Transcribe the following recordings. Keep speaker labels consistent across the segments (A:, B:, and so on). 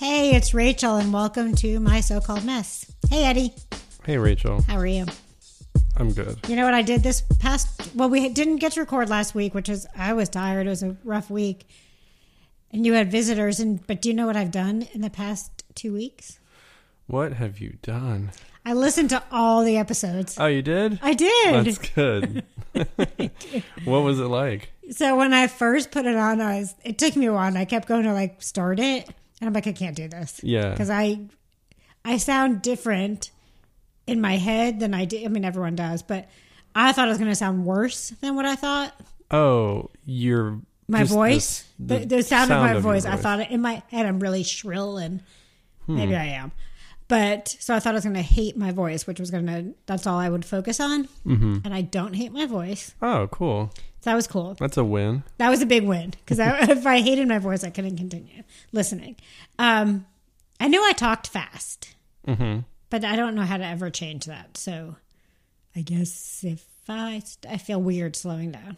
A: it's Rachel, and welcome to my so called mess. Hey, Eddie,
B: Hey, Rachel.
A: how are you?
B: I'm good.
A: You know what I did this past? Well, we didn't get to record last week, which is I was tired. It was a rough week, and you had visitors. And but do you know what I've done in the past two weeks?
B: What have you done?
A: I listened to all the episodes.
B: Oh, you did?
A: I did.
B: That's good. what was it like?
A: So when I first put it on, I was, it took me a while. And I kept going to like start it, and I'm like, I can't do this
B: Yeah.
A: because I I sound different in my head than I do. I mean, everyone does, but I thought it was going to sound worse than what I thought.
B: Oh, your
A: My
B: just
A: voice,
B: The,
A: the,
B: s-
A: the, sound, of my
B: your
A: voice, I thought it in my head I'm really shrill and maybe I am. But so I thought I was going to hate my voice, which was going to, that's all I would focus on. Mm-hmm. And I don't hate my voice.
B: Oh, cool.
A: So that was cool.
B: That's a win.
A: That was a big win because if I hated my voice, I couldn't continue listening. Um, I knew I talked fast, but I don't know how to ever change that. So I guess if I, st- I feel weird slowing down.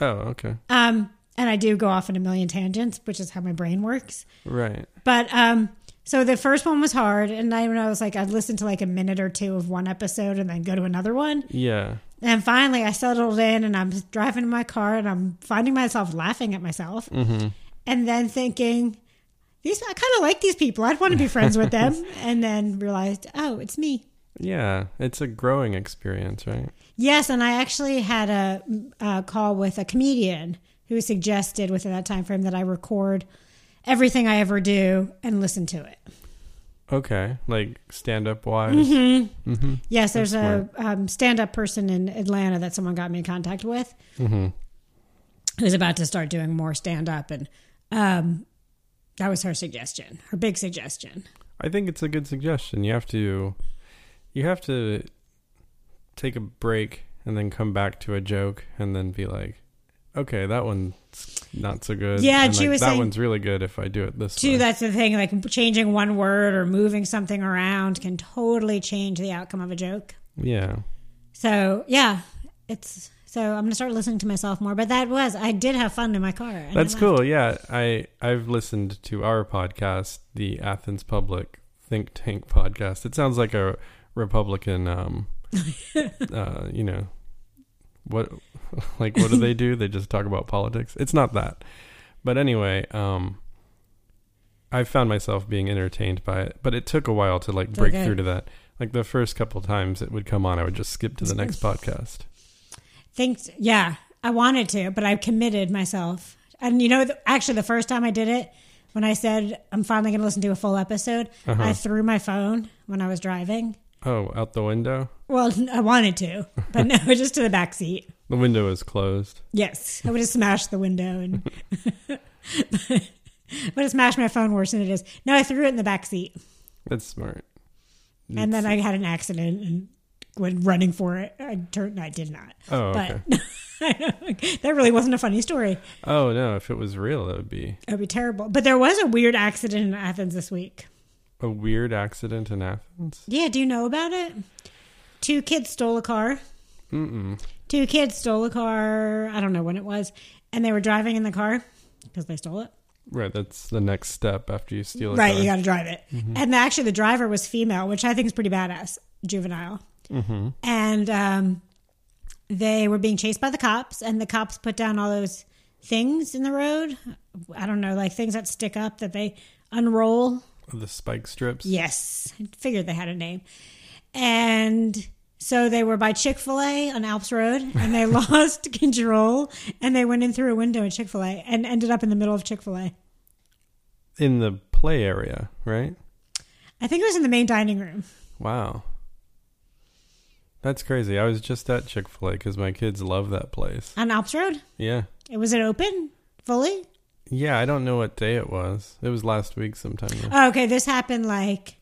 B: Oh, okay.
A: Um, and I do go off in a million tangents, which is how my brain works.
B: Right.
A: But um, so the first one was hard, and I, when I was like, I'd listen to like a minute or two of one episode and then go to another one.
B: Yeah.
A: And finally, I settled in and I'm driving in my car and I'm finding myself laughing at myself and then thinking, these, I kind of like these people. I'd want to be friends with them. And then realized, oh, it's me.
B: Yeah. It's a growing experience, right?
A: Yes. And I actually had a, a call with a comedian who suggested within that time frame that I record everything I ever do and listen to it.
B: Okay. Like Mm-hmm. stand up wise.
A: Mm-hmm. Yes, there's a um, stand-up person in Atlanta that someone got me in contact with,
B: Mm-hmm.
A: who's about to start doing more stand-up, and um, that was her suggestion, her big suggestion.
B: I think it's a good suggestion. You have to you have to take a break and then come back to a joke and then be like, okay, that one's not so good.
A: Yeah,
B: and
A: she
B: like,
A: was
B: that
A: saying-
B: one's really good if I do it this
A: Too,
B: way.
A: that's the thing. Like changing one word or moving something around can totally change the outcome of a joke.
B: yeah.
A: So yeah, it's so I'm gonna start listening to myself more. But that was I did have fun in my car. and
B: That's
A: I
B: cool. Yeah. I I've listened to our podcast, the Athens Public Think Tank podcast. It sounds like a Republican um uh, you know, what like what do they do? They just talk about politics. It's not that. But anyway, um I found myself being entertained by it, but it took a while to like break
A: Okay.
B: through to that. Like the first couple times it would come on, I would just skip to the next podcast.
A: think yeah i wanted to but i committed myself and you know th- actually the first time i did it when i said i'm finally going to listen to a full episode
B: Uh-huh.
A: i threw my phone when i was driving
B: Oh, out the window?
A: well i wanted to but no just to the back seat
B: The window is closed.
A: yes i would have smashed the window and would have smashed my phone worse than it is no i threw it in the back seat
B: That's smart.
A: and then i had an accident and went running for it i turned i did not
B: Oh,
A: but
B: okay.
A: that really wasn't a funny story
B: Oh no, if it was real, that would be
A: It would be terrible. But there was a weird accident in Athens this week.
B: a weird accident in Athens.
A: Yeah, do you know about it? Two kids stole a car.
B: Mm-mm.
A: Two kids stole a car. I don't know when it was. And they were driving in the car because they stole it.
B: Right, that's the next step after you steal a
A: right,
B: car.
A: you got to drive it. And actually, the driver was female, which I think is pretty badass, juvenile. And um, they were being chased by the cops, and the cops put down all those things in the road. I don't know, like things that stick up that they unroll
B: the spike strips.
A: Yes, I figured they had a name. And so they were by Chick fil A on Alps Road and they lost control and they went in through a window at Chick fil A and ended up in the middle of Chick fil A.
B: In the play area, right?
A: I think it was in the main dining room.
B: Wow. That's crazy. I was just at Chick fil A because my kids love that place.
A: On Alps Road?
B: Yeah.
A: It was it open fully?
B: Yeah, I don't know what day it was. It was last week sometime. though.
A: Oh, okay, this happened like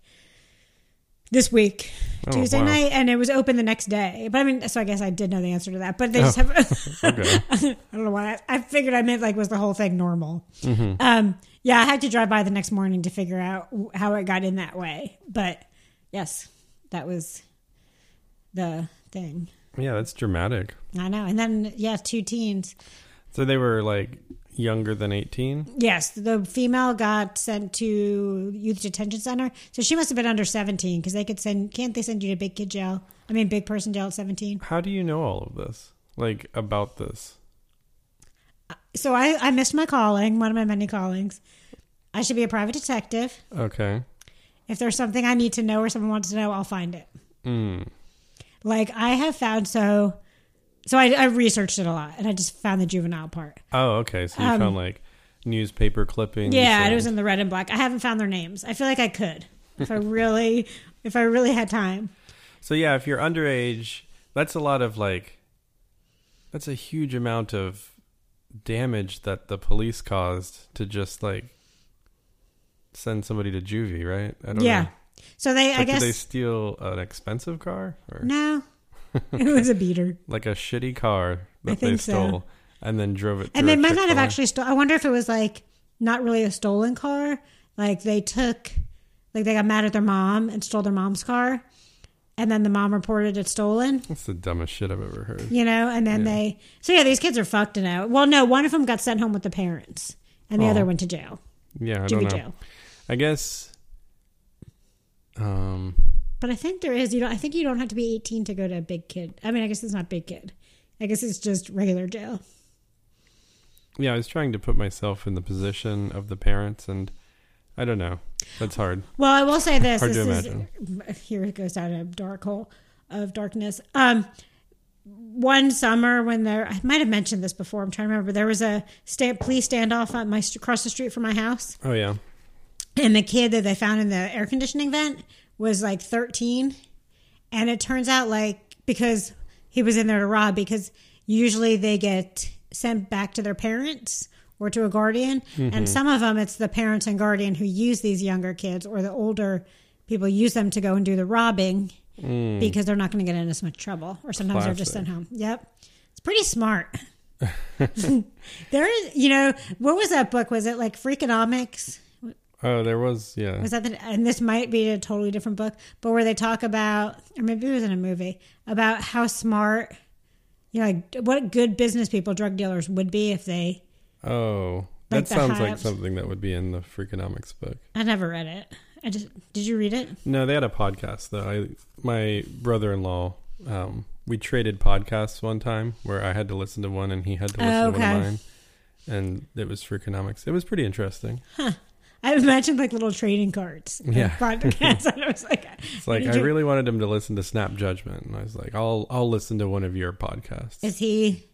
A: this week,
B: Oh,
A: Tuesday
B: wow.
A: night, and it was open the next day. But I mean, so I guess I did know the answer to that. But
B: Oh.
A: they just have
B: Okay.
A: I don't know why. I, I figured I meant like was the whole thing normal.
B: Mm-hmm.
A: Um, yeah, I had to drive by the next morning to figure out w- how it got in that way. But yes, that was the thing.
B: yeah, that's dramatic.
A: I know. And then yeah, two teens.
B: So they were like younger than 18.
A: Yes, the female got sent to youth detention center, so she must have been under seventeen because they could send. Can't they send you to big kid jail? I mean, big person jail at seventeen.
B: How do you know all of this? Like about this?
A: So I, I missed my calling, one of my many callings. I should be a private detective.
B: Okay.
A: If there's something I need to know or someone wants to know, I'll find it.
B: Mm.
A: Like I have found so. So I, I researched it a lot, and I just found the juvenile part.
B: Oh, okay. So you
A: Um,
B: found like newspaper clippings.
A: Yeah,
B: and-
A: it was in the red and black. I haven't found their names. I feel like I could if I really, if I really had time.
B: So yeah, if you're underage, that's a lot of like that's a huge amount of damage that the police caused to just like send somebody to juvie, right? I don't
A: Yeah.
B: know.
A: So they, I
B: Like, did they
A: guess,
B: steal an expensive car or
A: no, it was a beater,
B: like a shitty car that they
A: think so.
B: stole and then drove it?
A: and
B: through
A: they
B: a
A: might not have
B: Chick-fil-A?
A: actually stole. I wonder if it was like not really a stolen car. Like they took, like they got mad at their mom and stole their mom's car, and then the mom reported it stolen.
B: That's the dumbest shit I've ever heard.
A: You know, and then
B: Yeah.
A: they. So yeah, these kids are fucked now. Well, no, one of them got sent home with the parents, and the
B: Oh.
A: other went to jail,
B: Yeah, I don't
A: juvie
B: know.
A: jail.
B: I guess. Um.
A: But I think there is. You know, I think you don't have to be 18 to go to a big kid. I mean, I guess it's not big kid. I guess it's just regular jail.
B: Yeah, I was trying to put myself in the position of the parents, and I don't know. That's hard.
A: Well, I will say this.
B: Hard
A: this
B: to
A: is, here it goes down a dark hole of darkness. Um, one summer when there, I might have mentioned this before. I'm trying to remember. There was a sta police standoff on my st- across the street from my house.
B: Oh yeah.
A: and the kid that they found in the air conditioning vent was like 13 and it turns out like because he was in there to rob because usually they get sent back to their parents or to a guardian and some of them it's the parents and guardian who use these younger kids or the older people use them to go and do the robbing because they're not going to get in as much trouble or sometimes they're just
B: Classic.
A: sent home yep it's pretty smart there is you know what was that book was it like freakonomics
B: Oh, there was yeah.
A: was that the, and this might be a totally different book but where they talk about or maybe it was in a movie about how smart you know like what good business people drug dealers would be if they
B: oh,
A: Like
B: that
A: the
B: sounds like
A: high-ups.
B: something that would be in the Freakonomics book.
A: i never read it i just did you read it
B: No, they had a podcast though. I my brother-in-law, um, we traded podcasts one time where I had to listen to one and he had to
A: Oh,
B: listen to one of
A: okay.
B: mine, and it was Freakonomics. It was pretty interesting.
A: i imagined like little trading cards and
B: Yeah.
A: podcasts, and i was like
B: It's like
A: did
B: I
A: you-
B: really wanted him to listen to Snap Judgment, and I was like, I'll I'll listen to one of your podcasts.
A: is he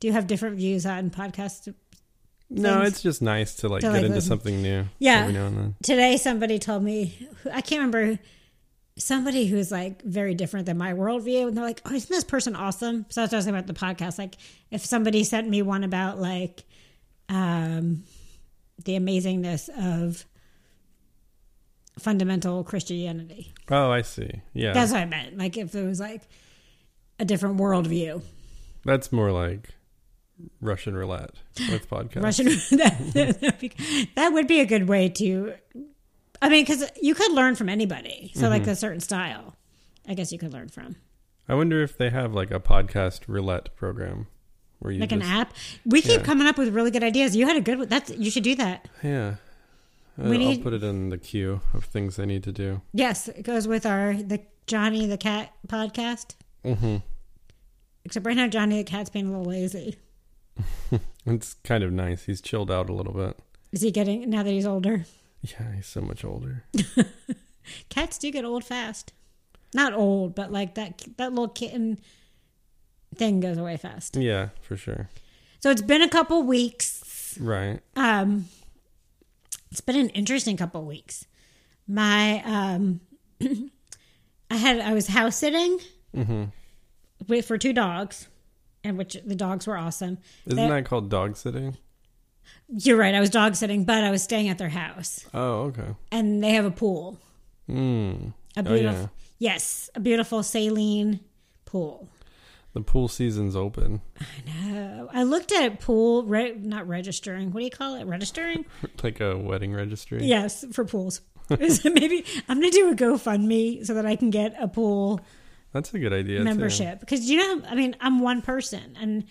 A: do you have different views on podcasts
B: No,
A: things-
B: it's just nice to like
A: to,
B: get
A: like,
B: into
A: listen.
B: something new.
A: Yeah.
B: Every now and then.
A: today somebody told me i can't remember somebody who's like very different than my worldview and they're like oh isn't this person awesome so that's what i was talking about the podcast like if somebody sent me one about like um the amazingness of fundamental christianity
B: Oh, I see. Yeah.
A: that's
B: That's,
A: what i meant like if it was like a different worldview
B: more like Russian roulette with podcasts.
A: Russian. that, that would be a good way to. I mean, because you could learn from anybody. So,
B: Mm-hmm.
A: like a certain style, I guess you could learn from,
B: I wonder if they have like a podcast roulette program where you
A: like an
B: just,
A: app. We keep
B: yeah.
A: coming up with really good ideas. You had a good one. That's you should do that.
B: Yeah. Uh,
A: We
B: I'll
A: need-
B: put it in the queue of things I need to do.
A: Yes, it goes with our the Johnny the Cat podcast.
B: hmm
A: Except right now, Johnny the Cat's being a little lazy.
B: It's kind of nice. He's chilled out a little bit.
A: Is he getting now that he's older?
B: Yeah, he's so much older.
A: Cats do get old fast. Not old, but like that that little kitten thing goes away fast.
B: yeah, for sure.
A: So it's been a couple weeks
B: Right.
A: um it's been an interesting couple of weeks my um i had i was house sitting
B: Mm-hmm.
A: with for two dogs and which the dogs were awesome
B: Isn't that called dog sitting?
A: you're right i was dog sitting but i was staying at their house
B: Oh, okay.
A: and they have a pool
B: Mm.
A: a
B: Oh,
A: beautiful
B: yeah.
A: yes a beautiful saline pool
B: The pool season's open.
A: uh, i looked at pool re- not registering what do you call it registering
B: like a wedding registry.
A: Yes, for pools. So Maybe I'm going to do a GoFundMe so that I can get a pool
B: That's a good idea. too.
A: membership because you know, I mean, I'm one person and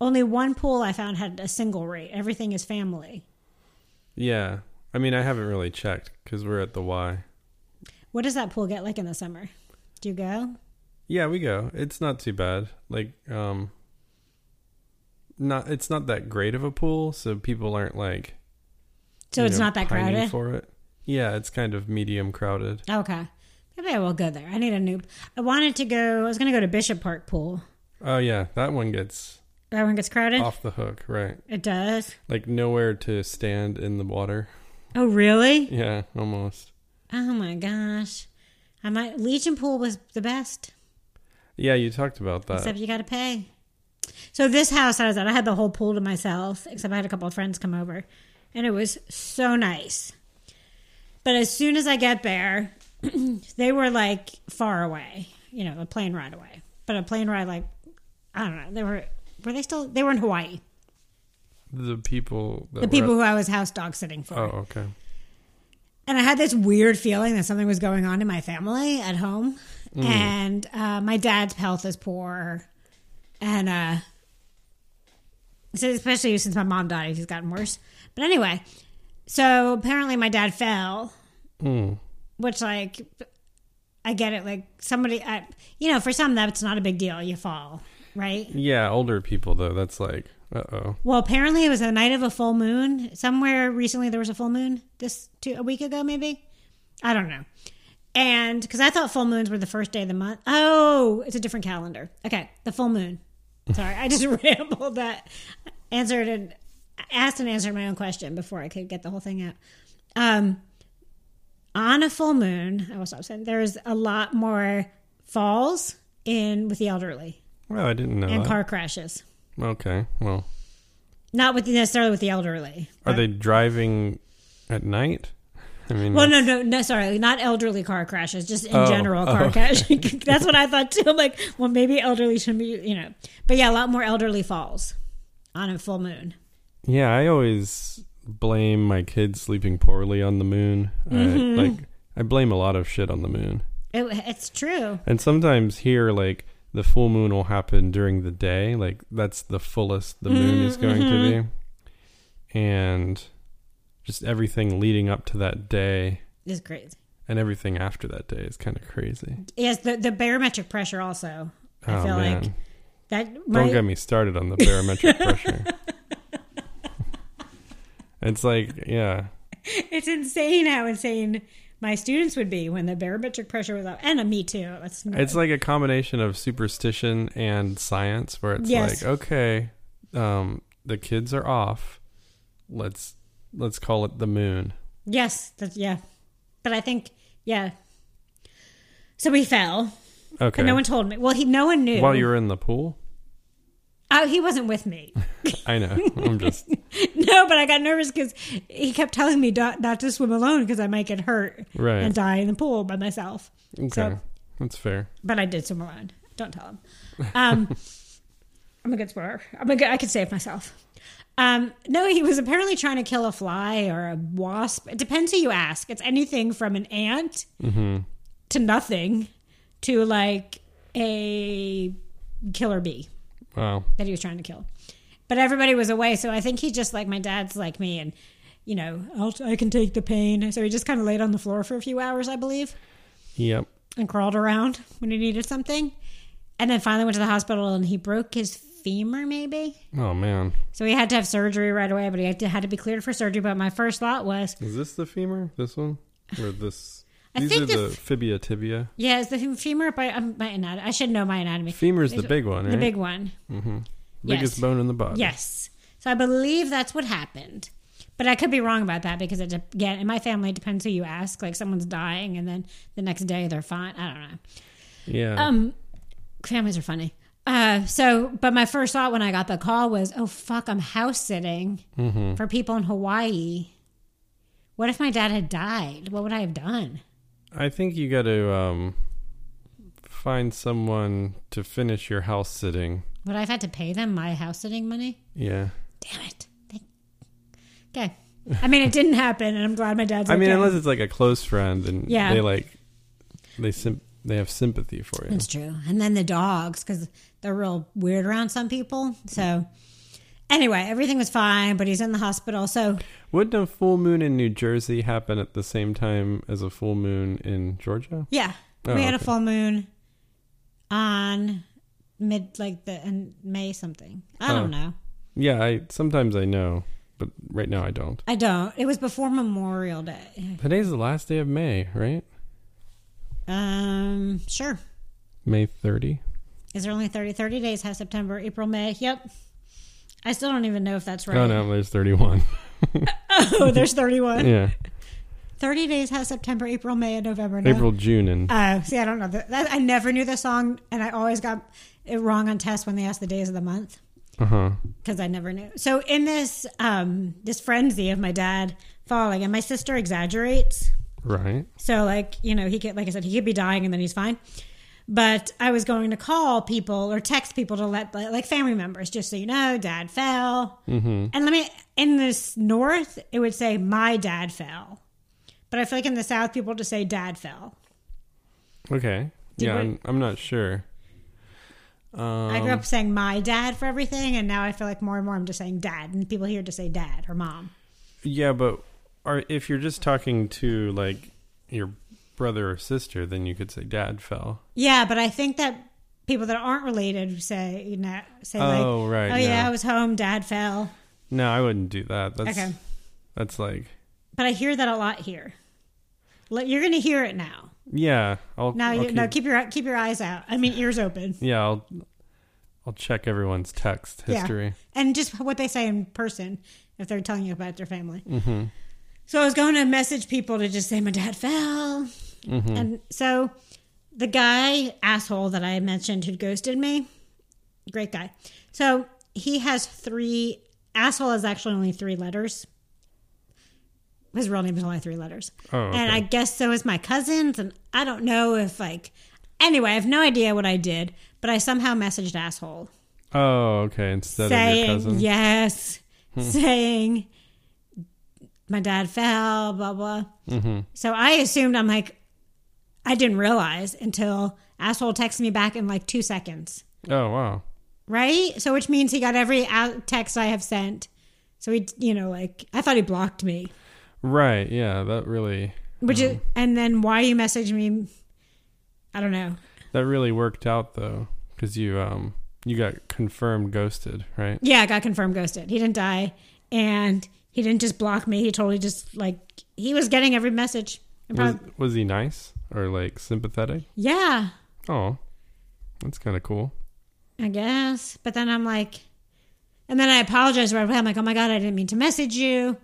A: Only one pool I found had a single rate. Everything is family.
B: Yeah. I mean, I haven't really checked because we're at the Y.
A: What does that pool get like in the summer? Do you go?
B: Yeah, we go. It's not too bad. Like, um, not it's not that great of a pool, so people aren't like.
A: So
B: you
A: it's
B: know,
A: not that
B: pining
A: crowded.
B: for it. Yeah, it's kind of medium crowded.
A: okay. Maybe I will go there. I need a new. I wanted to go. I was going to go to Bishop Park Pool.
B: Oh yeah, that one gets
A: That one gets crowded.
B: off the hook, right?
A: It does.
B: Like nowhere to stand in the water.
A: Oh really?
B: Yeah, almost.
A: Oh my gosh. I might Legion Pool was the best.
B: Yeah, you talked about that.
A: Except you got to pay. So this house I was at, I had the whole pool to myself, except I had a couple of friends come over, and it was so nice. But as soon as I get there, they were like far away, you know, a plane ride away. But a plane ride, like I don't know, they were were they still they were in Hawaii?
B: the people. That
A: The
B: were
A: people who I was house dog sitting for.
B: oh, okay.
A: and I had this weird feeling that something was going on in my family at home, and uh, my dad's health is poor, and uh, so especially since my mom died, he's gotten worse. But anyway, so apparently my dad fell, which like I get it. Like somebody, I, you know, for some that's not a big deal. You fall, right?
B: Yeah, older people though. That's like, uh oh.
A: Well, apparently it was the night of a full moon. Somewhere recently there was a full moon. This two a week ago maybe. I don't know. And because I thought full moons were the first day of the month. Oh, it's a different calendar. Okay, the full moon. Sorry, I just rambled that. Answered and asked and answered my own question before I could get the whole thing out. Um, on a full moon, I will stop saying there's a lot more falls in with the elderly
B: Well, I didn't know
A: and
B: that.
A: car crashes.
B: okay. Well,
A: Not with necessarily with the elderly.
B: are they driving at night? I mean,
A: Well,
B: that's-
A: no, no, no. Sorry, not elderly car crashes. Just in
B: Oh,
A: general car
B: oh,
A: crashes. That's what I thought too. I'm like, well, maybe elderly should be, you know. But yeah, a lot more elderly falls on a full moon.
B: Yeah, I always blame my kids sleeping poorly on the moon.
A: Mm-hmm.
B: I, like, I blame a lot of shit on the moon.
A: It, it's true.
B: And sometimes here, like, the full moon will happen during the day. Like, that's the fullest the moon
A: Mm-hmm,
B: is going to be. And just everything leading up to that day
A: It's crazy.
B: and everything after that day is kind of crazy.
A: Yes, the the barometric pressure also. I
B: oh,
A: feel
B: man.
A: like that.
B: Don't
A: My,
B: get me started on the barometric pressure. it's like, yeah.
A: it's insane how insane my students would be when the barometric pressure was up, and a me too. That's
B: It's like a combination of superstition and science, where it's
A: Yes.
B: like, okay, um, the kids are off. Let's let's call it the moon.
A: yes, that's yeah. But I think yeah. So we fell.
B: Okay.
A: But no one told me. Well, he no one knew.
B: While you were in the pool,
A: Oh, he wasn't with me.
B: I know. I'm just
A: no, but I got nervous because he kept telling me not, not to swim alone because I might get hurt
B: Right.
A: and die in the pool by myself.
B: okay.
A: So-
B: That's fair.
A: But I did swim alone. Don't tell him. Um, I'm a good swimmer. I'm a good, I could save myself. Um, no, he was apparently trying to kill a fly or a wasp. It depends who you ask. It's anything from an ant
B: Mm-hmm.
A: to nothing to like a killer bee.
B: Wow.
A: that he was trying to kill. But everybody was away, so I think he just like my dad's like me, and you know, I'll, I can take the pain. So he just kind of laid on the floor for a few hours, I believe,
B: Yep.
A: and crawled around when he needed something, and then finally went to the hospital, and he broke his femur, maybe.
B: Oh man,
A: So he had to have surgery right away, but he had to, had to be cleared for surgery. But my first thought was,
B: is this the femur? This one or this?
A: I
B: These
A: think
B: are
A: the
B: the
A: f-
B: fibia tibia.
A: yeah, is the femur? By, um, my anatomy. I should know my anatomy.
B: Femur's the big one, right?
A: the big one.
B: Biggest
A: yes.
B: bone in the body.
A: Yes. So I believe that's what happened. But I could be wrong about that because it de- again in my family it depends who you ask. Like someone's dying and then the next day they're fine. I don't know.
B: Yeah.
A: Um, families are funny. Uh, so but my first thought when I got the call was, oh fuck, I'm house sitting
B: Mm-hmm.
A: for people in Hawaii. What if my dad had died? What would I have done?
B: I think you got to um, find someone to finish your house sitting.
A: Would I have had to pay them my house sitting money?
B: Yeah.
A: Damn it. Thank- Okay. I mean, it didn't happen, and I'm glad my dad's.
B: I mean,
A: okay.
B: unless it's like a close friend and
A: Yeah.
B: they like they sim- They have sympathy for you.
A: That's true. And then the dogs, because they're real weird around some people. So, anyway, everything was fine, but he's in the hospital. So,
B: Wouldn't a full moon in New Jersey happen at the same time as a full moon in Georgia?
A: yeah,
B: Oh,
A: we had
B: okay.
A: a full moon on mid, like the in May something. I
B: Oh.
A: don't know.
B: Yeah, I sometimes I know, but right now I don't.
A: I don't. It was before Memorial Day.
B: Today's the last day of May, right?
A: Um, sure.
B: May 30.
A: Is there only 30? 30 days, has September, April, May. Yep. I still don't even know if that's right.
B: Oh no, there's 31.
A: Oh, there's 31.
B: yeah.
A: 30 days has September, April, May, and November. No.
B: April, June and
A: Oh, see, I don't know. That, that, I never knew the song, and I always got it wrong on tests when they asked the days of the month
B: uh-huh.
A: because I never knew. So in this um, this frenzy of my dad falling, and my sister exaggerates.
B: Right.
A: So like you know, he could like I said, he could be dying and then he's fine. But I was going to call people or text people to let like family members just so you know, dad fell. Mm-hmm. And let me in this north, it would say my dad fell, but I feel like in the south, people just say dad fell.
B: Okay.
A: Did
B: yeah,
A: we-
B: I'm, I'm not sure. Um,
A: I grew up saying my dad for everything, and now I feel like more and more I'm just saying dad, and people here just say dad or mom.
B: Yeah, but are, if you're just talking to like your brother or sister, then you could say dad fell.
A: Yeah, but I think that people that aren't related say you know say like,
B: Oh, right,
A: oh yeah,
B: yeah.
A: I was home, dad fell.
B: No, I wouldn't do that. That's
A: Okay.
B: that's like
A: But I hear that a lot here. Like, You're going to hear it now.
B: yeah, I'll
A: Now,
B: I'll
A: you, no,
B: keep-
A: keep your keep your eyes out. I mean, ears open.
B: Yeah, I'll I'll check everyone's text
A: Yeah.
B: history.
A: and just what they say in person if they're telling you about their family.
B: Mm-hmm.
A: So I was going to message people to just say my dad fell,
B: Mm-hmm.
A: and so the guy asshole that I mentioned who ghosted me, great guy. So he has three asshole is actually only three letters. His real name is only three letters,
B: Oh, okay.
A: and I guess so is my cousin's, and I don't know if like. Anyway, I have no idea what I did, but I somehow messaged asshole
B: Oh, okay. Instead of your
A: saying
B: cousin. Hmm.
A: yes, saying my dad fell, blah blah.
B: Mm-hmm.
A: So I assumed I'm like, I didn't realize until asshole texted me back in like two seconds,
B: Oh wow.
A: right? So which means he got every out text I have sent. So he, you know, like I thought he blocked me,
B: Right. Yeah. That really
A: which is,
B: Mm-hmm.
A: and then why you messaged me, I don't know.
B: that really worked out though, because you um you got confirmed ghosted, right?
A: Yeah, I got confirmed ghosted. He didn't die, and he didn't just block me. He totally just like he was getting every message. And
B: Was
A: prob-
B: was he nice or like sympathetic?
A: Yeah,
B: Oh, that's kind of cool.
A: I guess. But then I'm like, and then I apologize right away. I'm like, oh my God, I didn't mean to message you.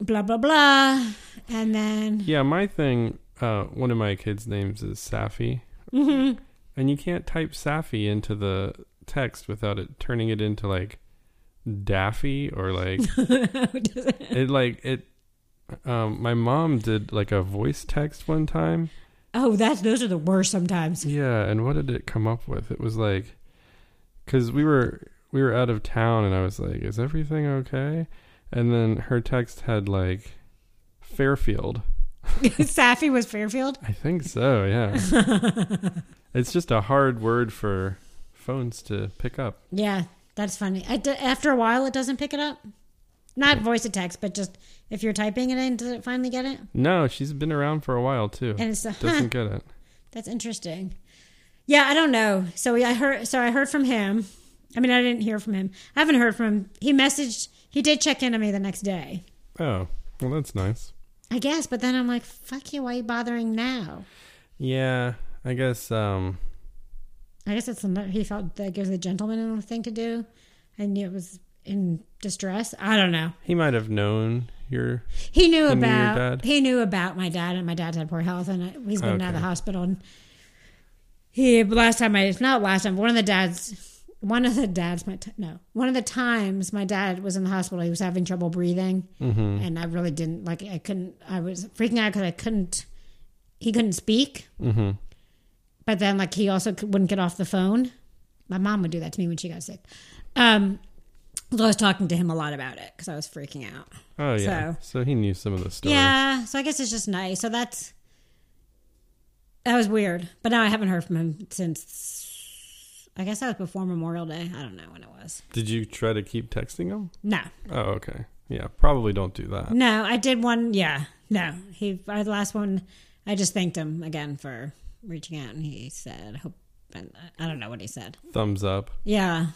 A: Blah, blah, blah. And then,
B: Yeah, my thing. Uh, one of my kids' names is Safi,
A: mm-hmm.
B: and you can't type Safi into the text without it turning it into like Daffy or like it like it. Um, my mom did like a voice text one time.
A: oh, that's, those are the worst sometimes.
B: Yeah, and what did it come up with? It was like, because we were we were out of town, and I was like, "Is everything okay?" And then her text had like Fairfield.
A: Safi was Fairfield.
B: I think so, yeah. it's just a hard word for phones to pick up.
A: Yeah, that's funny. I d- after a while, it doesn't pick it up. Not voice to text, but just if you're typing it in, does it finally get it?
B: No, she's been around for a while too.
A: And it's a, huh,
B: Doesn't get it.
A: that's interesting. Yeah, I don't know. So we, I heard. So I heard from him. I mean, I didn't hear from him. I haven't heard from him. He messaged. He did check in on me the next day.
B: Oh, well, that's nice.
A: I guess, but then I'm like, fuck you, why are you bothering now?
B: Yeah, I guess. Um,
A: I guess it's another, he felt that gives a gentleman a thing to do, and it was in distress. I don't know.
B: he might have known your.
A: He knew
B: And your
A: about
B: dad?
A: he knew about my dad, and my dad's had poor health, and I- he's been out of
B: Okay.
A: the hospital. And he last time I not last time one of the dads one of the dads my t- no one of the times my dad was in the hospital he was having trouble breathing
B: Mm-hmm.
A: and I really didn't like I couldn't I was freaking out because I couldn't he couldn't speak
B: Mm-hmm.
A: but then like he also c- wouldn't get off the phone. My mom would do that to me when she got sick. Um, so I was talking to him a lot about it because I was freaking out.
B: Oh yeah, so, he knew some of the story.
A: Yeah, so I guess it's just nice. So that's That was weird. But now I haven't heard from him since. I guess that was before Memorial Day. I don't know when it was.
B: Did you try to keep texting him?
A: No,
B: Oh, okay. Yeah, probably don't do that.
A: no, I did one. Yeah, no, he. I, the last one, I just thanked him again for reaching out, and he said, "Hope." And I don't know what he said.
B: Thumbs up,
A: Yeah,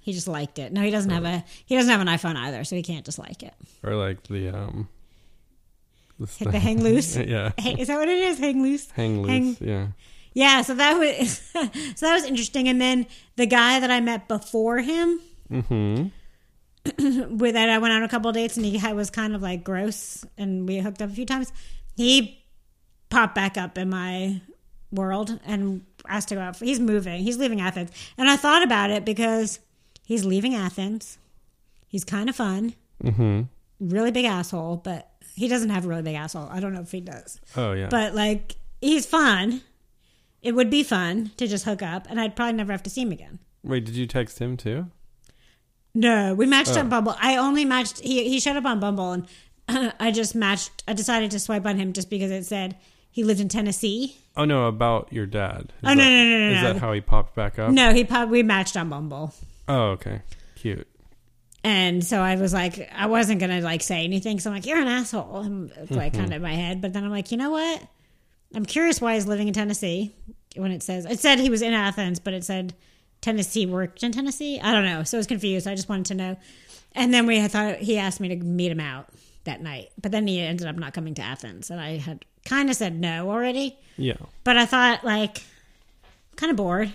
A: he just liked it. No, he doesn't have a. He doesn't have an iPhone either, so he can't just like it.
B: or like the um, this
A: Hit the hang loose.
B: yeah,
A: Hey, is that what it is? Hang loose.
B: hang loose, yeah.
A: Yeah, so that was so that was interesting. And then the guy that I met before him,
B: Mm-hmm.
A: with that I went on a couple of dates, and he had- was kind of like gross, and we hooked up a few times. He popped back up in my world and asked to go out. For, he's moving. He's leaving Athens, and I thought about it because he's leaving Athens. He's kind of fun,
B: Mm-hmm.
A: really big asshole, but he doesn't have a really big asshole. I don't know if he does.
B: Oh yeah.
A: but like he's fun. It would be fun to just hook up, and I'd probably never have to see him again.
B: Wait, did you text him too?
A: No, we matched
B: Oh.
A: on Bumble. I only matched. He he showed up on Bumble, and I just matched. I decided to swipe on him just because it said he lived in Tennessee.
B: Oh no, about your dad. Is
A: Oh, no, no, no, no,
B: Is
A: no.
B: that how he popped back up?
A: No, he probably we matched on Bumble,
B: Oh, okay. Cute.
A: and so I was like, I wasn't gonna like say anything. So I'm like, you're an asshole. I'm like kind of in my head, but then I'm like, you know what? I'm curious why he's living in Tennessee when it says it said he was in Athens, but it said Tennessee worked in Tennessee. I don't know, so I was confused. I just wanted to know. And then we had thought he asked me to meet him out that night, but then he ended up not coming to Athens, and I had kind of said no already.
B: Yeah.
A: But I thought like kind of bored.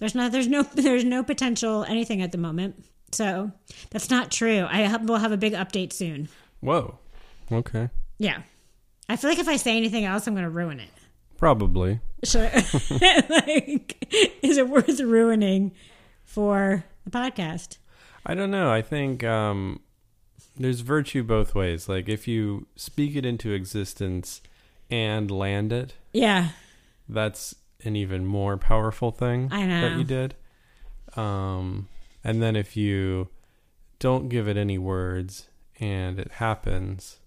A: There's no there's no there's no potential anything at the moment. So that's not true. I have, will have a big update soon.
B: Whoa. Okay.
A: Yeah, I feel like if I say anything else, I'm going to ruin it.
B: Probably.
A: Should I- like, is it worth ruining for the podcast?
B: I don't know. I think um, there's virtue both ways. Like if you speak it into existence and land it,
A: Yeah,
B: that's an even more powerful thing
A: I
B: that
A: know.
B: you did. Um, and then if you don't give it any words and it happens,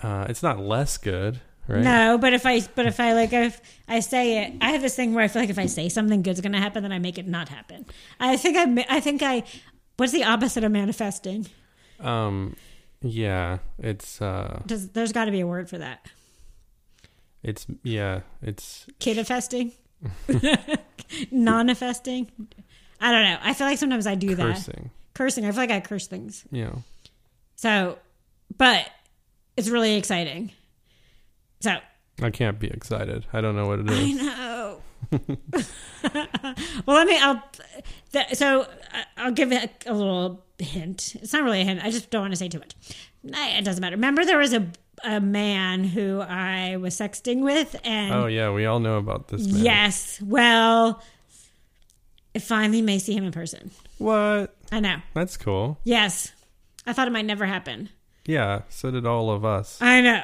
B: uh, it's not less good, right?
A: no, but if I but if I like if I say it, I have this thing where I feel like if I say something good's going to happen, then I make it not happen. I think I ma- I think I what's the opposite of manifesting?
B: Um, yeah, it's uh,
A: Does there's got to be a word for that?
B: it's yeah, it's
A: Kidifesting, nonifesting. I don't know. I feel like sometimes I do that.
B: cursing.
A: Cursing. I feel like I curse things.
B: Yeah.
A: So, but it's really exciting. So,
B: I can't be excited. I don't know what it
A: I
B: is.
A: know. well, let me. I'll. Th- so I- I'll give a, a little hint. It's not really a hint. I just don't want to say too much. I- It doesn't matter. Remember, there was a a man who I was sexting with, and
B: Oh yeah, we all know about this. Man.
A: yes, well, I finally may see him in person.
B: What?
A: I know.
B: That's cool.
A: Yes, I thought it might never happen.
B: Yeah. So did all of us.
A: I know.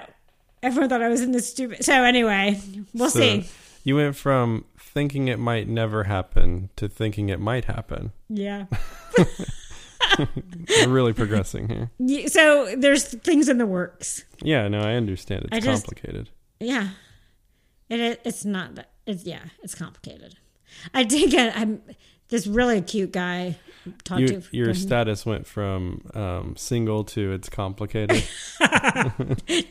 A: Everyone thought I was in this stupid. So anyway, we'll
B: So,
A: see.
B: You went from thinking it might never happen to thinking it might happen.
A: Yeah.
B: We're really progressing here.
A: Y- So there's things in the works.
B: Yeah, no, I understand. It's
A: I just-
B: complicated.
A: Yeah. It i- it's not that. It's yeah. It's complicated. I did get I'm this really cute guy talked
B: You,
A: to.
B: your status went from um, single to it's complicated.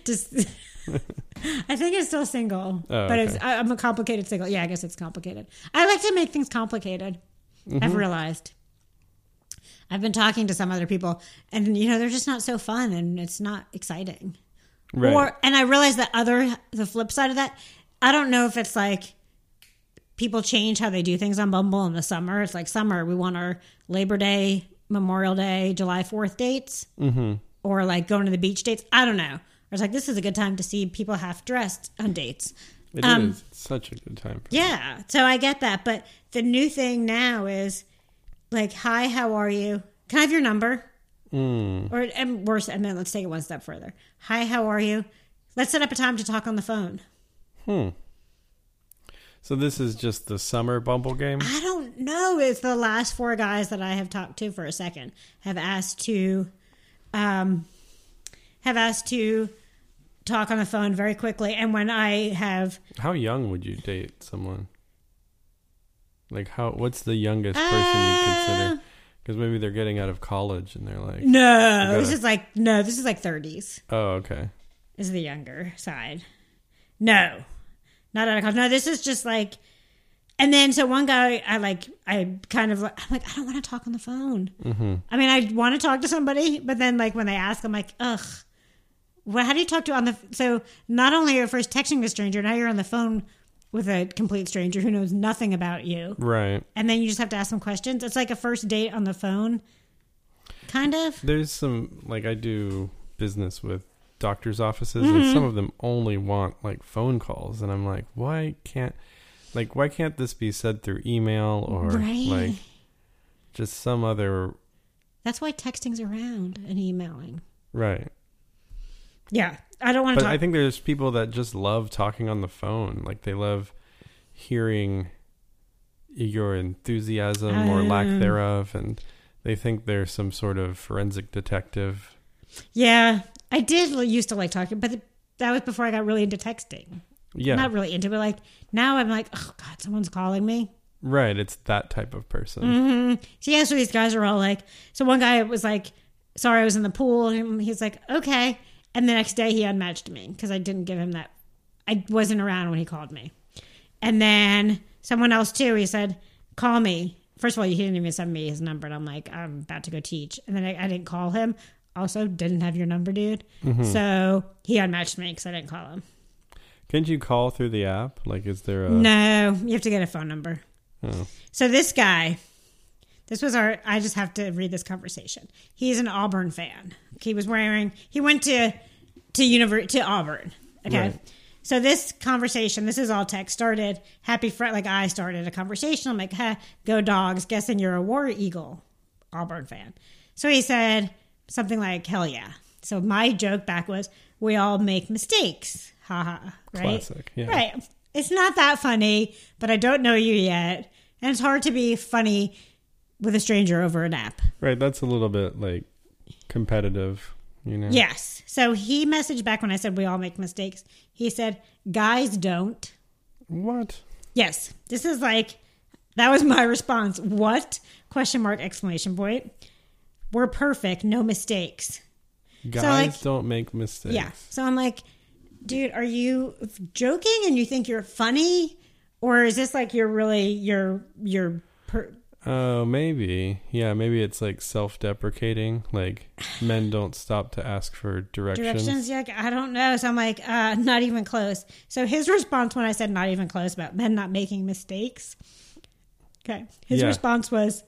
A: Just, I think it's still single,
B: Oh,
A: but
B: okay.
A: it's I, I'm a complicated single. Yeah, I guess it's complicated. I like to make things complicated.
B: Mm-hmm.
A: I've realized. I've been talking to some other people, and you know they're just not so fun, and it's not exciting.
B: right.
A: Or and I realize that other the flip side of that, I don't know if it's like people change how they do things on Bumble in the summer. It's like summer, we want our Labor Day, Memorial Day, July Fourth dates, mm-hmm. or like going to the beach dates. I don't know. I was like, this is a good time to see people half dressed on dates.
B: It
A: um,
B: is. It's such a good time.
A: Yeah, so I get that, but the new thing now is like, hi, how are you? Can I have your number? Or and worse, and then let's take it one step further. Hi, how are you? Let's set up a time to talk on the phone.
B: So this is just the summer Bumble game.
A: I don't know if the last four guys that I have talked to for a second have asked to um have asked to talk on the phone very quickly. And when I have,
B: How young would you date someone? Like how? What's the youngest person you consider?
A: Uh,
B: Because maybe they're getting out of college and they're like,
A: no,
B: You
A: this
B: gotta-
A: is like, no, this is like 30s.
B: oh, okay,
A: This is the younger side. No, not out of college. No, this is just like, and then so one guy, I like, I kind of, like- I'm like, I don't want to talk on the phone. I mean, I want to talk to somebody, but then like when they ask, I'm like, ugh. Well, how do you talk to on the? So not only are you first texting a stranger, now you're on the phone with a complete stranger who knows nothing about you,
B: right.
A: and then you just have to ask them questions. It's like a first date on the phone, kind of.
B: There's some like I do business with doctors' offices,
A: Mm-hmm.
B: and some of them only want like phone calls, and I'm like, why can't like why can't this be said through email or
A: Right.
B: like just some other
A: That's why texting's around and emailing.
B: right?
A: Yeah, I don't want to
B: But
A: talk.
B: I think there's people that just love talking on the phone, like they love hearing your enthusiasm or lack
A: Um.
B: thereof, and they think they're some sort of forensic detective.
A: Yeah, I did l- used to like talking, but that was before I got really into texting.
B: Yeah,
A: Not really into, but like now I'm like, oh god, someone's calling me.
B: right. It's that type of person.
A: So yeah, so these guys are all like, so one guy was like, sorry, I was in the pool, and he's like, okay, and the next day he unmatched me because I didn't give him that. I wasn't around when he called me, and then someone else too. He said, call me. First of all, he didn't even send me his number, and I'm like, I'm about to go teach, and then I, I didn't call him. Also, didn't have your number, dude. So he unmatched me because I didn't call him.
B: Can't you call through the app? Like, is there a?
A: No, you have to get a phone number.
B: Oh.
A: So this guy, this was our. I just have to read this conversation. He's an Auburn fan. He was wearing. He went to to univer- to Auburn. Okay.
B: Right.
A: So this conversation, this is all text started. Happy Friday, like I started a conversation. I'm like, huh, go dogs. Guessing you're a War Eagle, Auburn fan. So he said something like, hell yeah. So my joke back was, we all make mistakes. Ha ha. Right.
B: Classic, yeah.
A: Right. It's not that funny, but I don't know you yet. And it's hard to be funny with a stranger over an app.
B: Right, that's a little bit like competitive, you know.
A: Yes. So he messaged back when I said we all make mistakes. He said, guys don't.
B: What?
A: Yes. This is like, that was my response. What? Question mark, exclamation point. We're perfect, no mistakes.
B: Guys
A: like-
B: don't make mistakes.
A: Yeah. So I'm like, dude, are you joking and you think you're funny? Or is this like you're really, you're, you're, per-
B: Oh, maybe. Yeah, maybe it's like self-deprecating, like men don't stop to ask for directions.
A: directions yeah i don't know so i'm like uh not even close so his response when i said not even close about men not making mistakes okay his
B: Yeah.
A: response was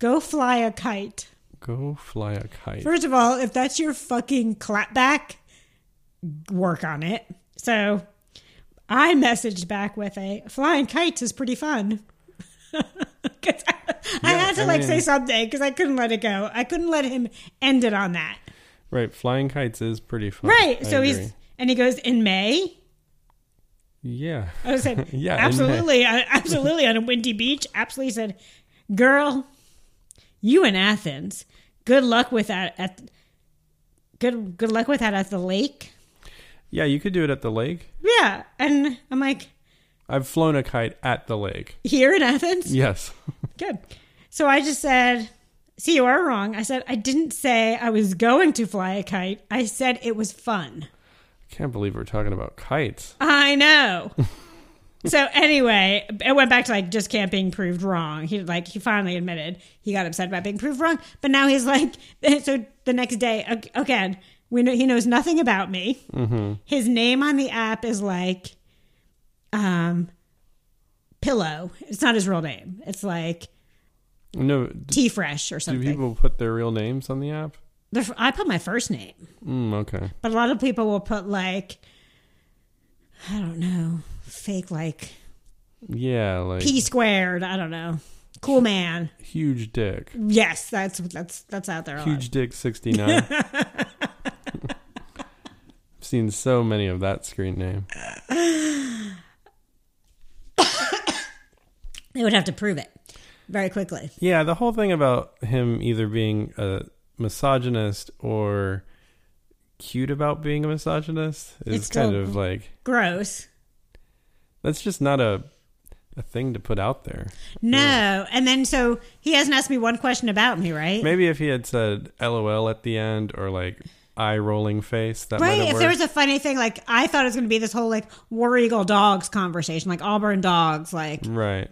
A: go fly a kite
B: Go fly a kite.
A: first of all if that's your fucking clapback work on it so i messaged back with a flying kites is pretty fun 'Cause I, I
B: Yeah,
A: had to
B: I
A: like say
B: mean-
A: something because i couldn't let it go i couldn't let him end it on that
B: Right, flying kites is pretty fun.
A: right
B: I
A: so
B: agree.
A: he's and he goes in may
B: Yeah.
A: I was said,
B: Yeah,
A: yeah,
B: and-
A: absolutely, I- absolutely on a windy beach. Absolutely said, girl, you in Athens. Good luck with that at good good luck with that at the lake.
B: Yeah, you could do it at the lake.
A: Yeah, and I'm like
B: I've flown a kite at the lake.
A: here in Athens.
B: Yes.
A: Good. So I just said, see, you are wrong. I said I didn't say I was going to fly a kite. I said it was fun.
B: Can't believe we're talking about kites.
A: I know. so anyway, it went back to like just can't being proved wrong. He like he finally admitted he got upset about being proved wrong, but now he's like so the next day ag- again we know he knows nothing about me.
B: Mm-hmm.
A: His name on the app is like um pillow. It's not his real name. It's like
B: No, do
A: T Fresh or something.
B: people put their real names on the app?
A: The f- I put my first name.
B: Mm, okay.
A: But a lot of people will put like I don't know, fake like
B: Yeah, like
A: P squared. I don't know. Cool man.
B: huge dick.
A: Yes, that's that's that's out there. A lot.
B: Huge Dick 69. I've seen so many of that screen name.
A: They would have to prove it very quickly.
B: Yeah, the whole thing about him either being a misogynist or cute about being a misogynist is
A: It's
B: kind
A: still-
B: of like
A: Gross.
B: that's just not a a thing to put out there.
A: No. And then so he hasn't asked me one question about me, right?
B: Maybe if he had said LOL at the end or like eye rolling face, that might
A: Right.
B: have
A: If
B: worked.
A: there was a funny thing, like I thought it was going to be this whole like war eagle dogs conversation, like Auburn dogs, like
B: right.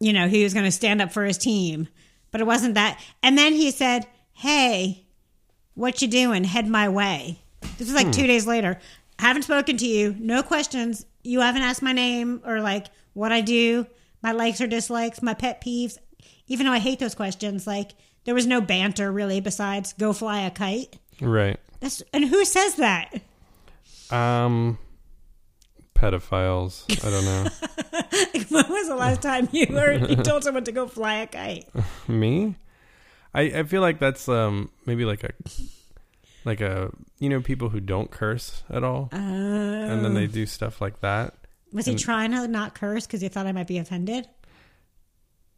A: you know he was going to stand up for his team, but it wasn't that. And then he said, "Hey, what you doing? Head my way." This was like two days later. Haven't spoken to you. No questions. You haven't asked my name or like what I do, my likes or dislikes, my pet peeves. Even though I hate those questions, like there was no banter really besides go fly a kite.
B: Right.
A: That's and who says that?
B: Um pedophiles. I don't know.
A: Like, when was the last time you heard you told someone to go fly a kite?
B: Me? I, I feel like that's um maybe like a like a you know people who don't curse at all and then they
A: Oh.
B: do stuff like that.
A: Was he trying to not curse because he thought I might be offended?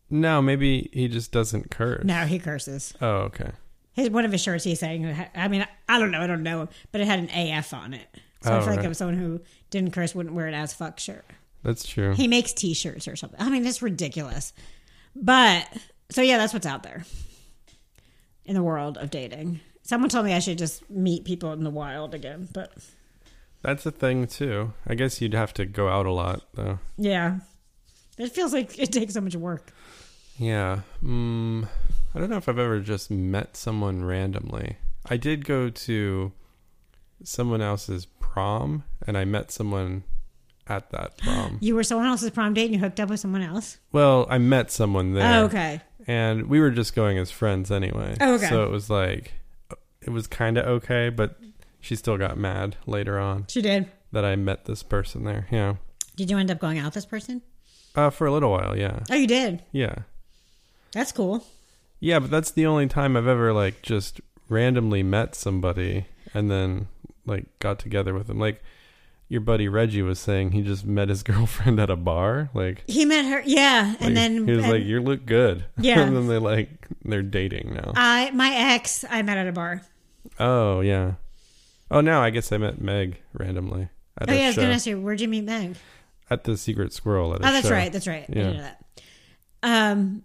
B: No, maybe he just doesn't curse.
A: No, he curses.
B: Oh, okay.
A: His one of his shirts he's saying. I mean, I don't know. I don't know him, but it had an AF on it. So I
B: Oh,
A: feel like
B: right.
A: I'm someone who didn't curse wouldn't wear an as fuck shirt.
B: That's true.
A: He makes T-shirts or something. I mean, it's ridiculous. But so yeah, that's what's out there in the world of dating. Someone told me I should just meet people in the wild again, but
B: That's a thing too. I guess you'd have to go out a lot though.
A: yeah, it feels like it takes so much work.
B: Yeah. Mm, I don't know if I've ever just met someone randomly. I did go to someone else's prom and I met someone at that prom.
A: You were someone else's prom date and you hooked up with someone else.
B: well, I met someone there.
A: Oh, okay.
B: And we were just going as friends anyway.
A: Oh, okay.
B: So it was like it was kind of okay, but she still got mad later on
A: She did.
B: that I met this person there. Yeah.
A: Did you end up going out with this person?
B: Uh, for a little while, yeah.
A: Oh, you did.
B: Yeah.
A: That's cool.
B: Yeah, but that's the only time I've ever like just randomly met somebody and then like got together with them. Like your buddy Reggie was saying, he just met his girlfriend at a bar. Like,
A: He met her. Yeah, and
B: like,
A: then
B: he was
A: and
B: like, "You look good."
A: Yeah.
B: and then they like they're dating now.
A: I my ex I met at a bar.
B: oh yeah. Oh, now I guess I met Meg randomly at
A: oh
B: a
A: yeah, I was
B: show
A: gonna ask you where'd you meet Meg?
B: at the Secret Squirrel. At a
A: Oh, that's
B: show.
A: right. That's right. I
B: Yeah.
A: didn't know that. Um,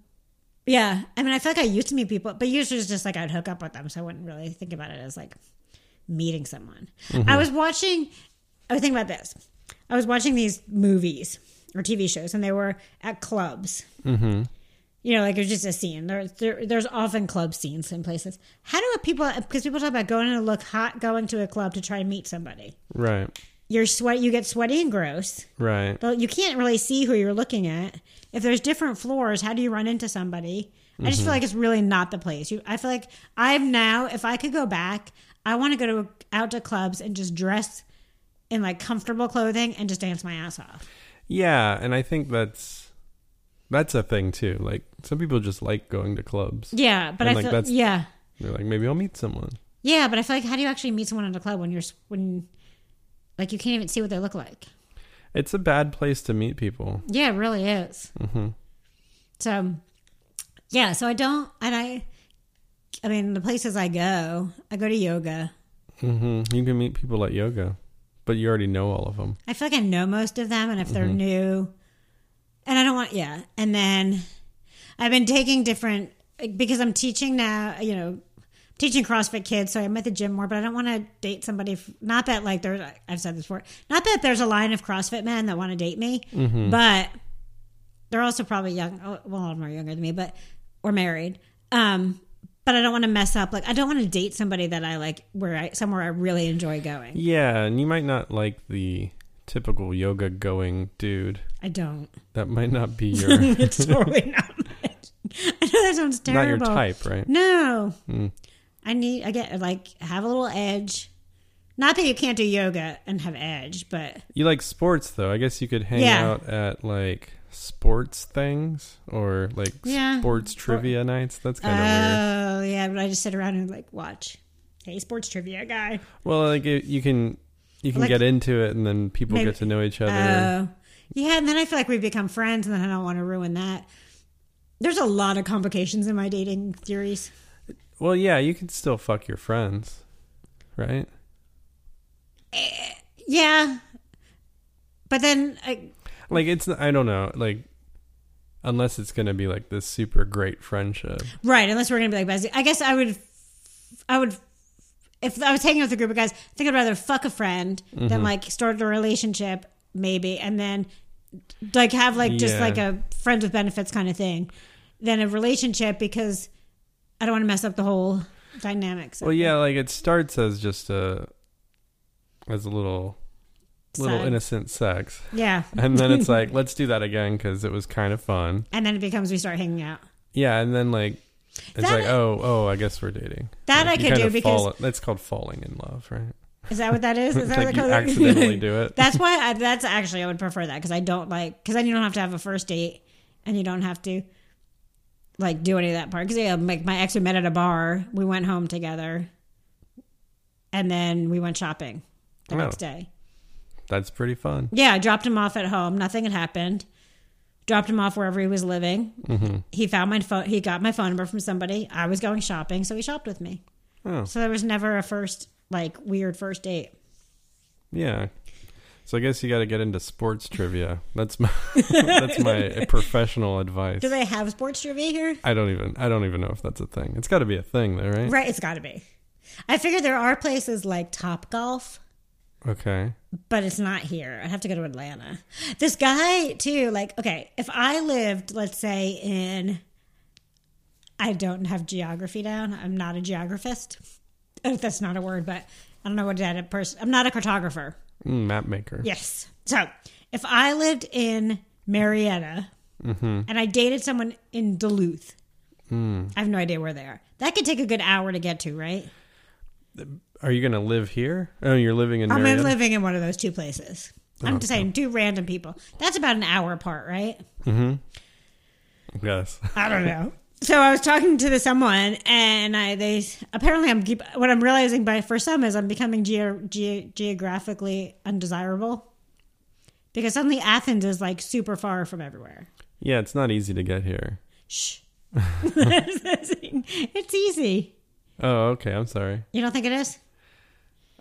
A: yeah. I mean, I feel like I used to meet people, but usually it's just like I'd hook up with them, so I wouldn't really think about it as like meeting someone. I was watching. I was thinking about this. I was watching these movies or TV shows, and they were at clubs. Mm-hmm. You know, like it was just a scene. There, there, there's often club scenes in places. How do people? Because people talk about going to look hot, going to a club to try and meet somebody.
B: Right.
A: You're sweat. You get sweaty and gross.
B: Right.
A: Well, you can't really see who you're looking at. If there's different floors, how do you run into somebody? I
B: Mm-hmm.
A: just feel like it's really not the place. You, I feel like I've now, if I could go back, I want to go to out to clubs and just dress in like comfortable clothing and just dance my ass off.
B: Yeah, and I think that's that's a thing too. Like some people just like going to clubs.
A: Yeah, but
B: And,
A: I
B: like,
A: feel
B: that's-
A: yeah,
B: They're like, maybe I'll meet someone.
A: yeah, but I feel like how do you actually meet someone at a club when you're s- when like you can't even see what they look like?
B: It's a bad place to meet people.
A: Yeah, it really is. So, yeah, so I don't, and I, I mean, the places I go, I go to yoga.
B: hmm You can meet people at yoga, but you already know all of them.
A: I feel like I know most of them, and if they're new, and I don't want, yeah. And then I've been taking different because I'm teaching now. You know, teaching CrossFit kids, so I'm at the gym more. But I don't want to date somebody. f- Not that like there's, I've said this before. Not that there's a line of CrossFit men that want to date me, but they're also probably young. oh, Well, a lot of them are younger than me, but or married. Um, but I don't want to mess up. Like I don't want to date somebody that I like where I somewhere I really enjoy going.
B: Yeah, and you might not like the typical yoga going dude.
A: I don't.
B: That might not be your
A: it's totally not. my- I know that sounds
B: not your
A: terrible.
B: type, Mm. right?
A: No, I need. I get like have a little edge. Not that you can't do yoga and have edge, but
B: You like sports though. I guess you could hang
A: Yeah.
B: out at like sports things or like
A: Yeah.
B: sports trivia nights. That's kind of weird.
A: oh yeah, but I just sit around and like watch. Hey, sports trivia guy.
B: Well, like it, you can you can
A: Like-
B: get into it, and then people
A: Maybe-
B: get to know each
A: Oh,
B: other.
A: yeah, and then I feel like we become friends, and then I don't want to ruin that. There's a lot of complications in my dating theories.
B: well, yeah, you can still fuck your friends, right?
A: yeah. But then, I,
B: Like it's I don't know. Like unless it's gonna be like this super great friendship.
A: right? Unless we're gonna be like Bessie, I guess I would, I would, if I was hanging out with a group of guys, I think I'd rather fuck a friend
B: Mm-hmm.
A: than like start a relationship, maybe, and then like have like just
B: Yeah.
A: like a friends with benefits kind of thing, than a relationship because I don't want to mess up the whole dynamics.
B: Well, yeah. Like it starts as just a as a little little
A: Sex.
B: innocent sex,
A: yeah,
B: and then it's like let's do that again because it was kind of fun.
A: and then it becomes we start hanging out.
B: Yeah, and then like. It's
A: That
B: like
A: I-
B: oh oh I guess we're dating.
A: That
B: Like,
A: I
B: you
A: could do
B: kind of
A: because
B: fall, that's called falling in love, right?
A: is that what that is? Is
B: It's
A: that
B: like
A: what
B: you
A: they call it?
B: accidentally do it.
A: That's why. I, that's actually I would prefer that because I don't like because then you don't have to have a first date and you don't have to like do any of that part. Because yeah, like my ex we met at a bar, we went home together, and then we went shopping the
B: Oh.
A: next day.
B: That's pretty fun.
A: Yeah, I dropped him off at home. Nothing had happened. Dropped him off wherever he was living. He found my phone. He got my phone number from somebody. I was going shopping, so he shopped with me.
B: Oh.
A: So there was never a first like weird first date.
B: Yeah. So I guess you got to get into sports trivia. That's my that's my professional advice.
A: Do they have sports trivia here?
B: I don't even I don't even know if that's a thing. It's got to be a thing though, right?
A: Right, it's got to be. I figure there are places like Top Golf,
B: Okay.
A: but it's not here. I'd have to go to Atlanta. This guy too, like, okay, if I lived, let's say, in, I don't have geography down. I'm not a geographist. If That's not a word, but I don't know what that person. I'm not a cartographer.
B: Mm, map maker.
A: Yes. So if I lived in Marietta and I dated someone in Duluth, I have no idea where they are. That could take a good hour to get to, right?
B: Are you going to live here? Oh, you're living in
A: I'm in
B: Marietta.
A: living in one of those two places. I'm just saying, two random people. That's about an hour apart, right?
B: yes.
A: I don't know. So I was talking to the someone, and I they apparently I'm keep, what I'm realizing by for some is I'm becoming ge- ge- geographically undesirable because suddenly Athens is like super far from everywhere.
B: yeah, it's not easy to get here.
A: Shh, it's easy.
B: Oh, okay. I'm sorry.
A: You don't think it is?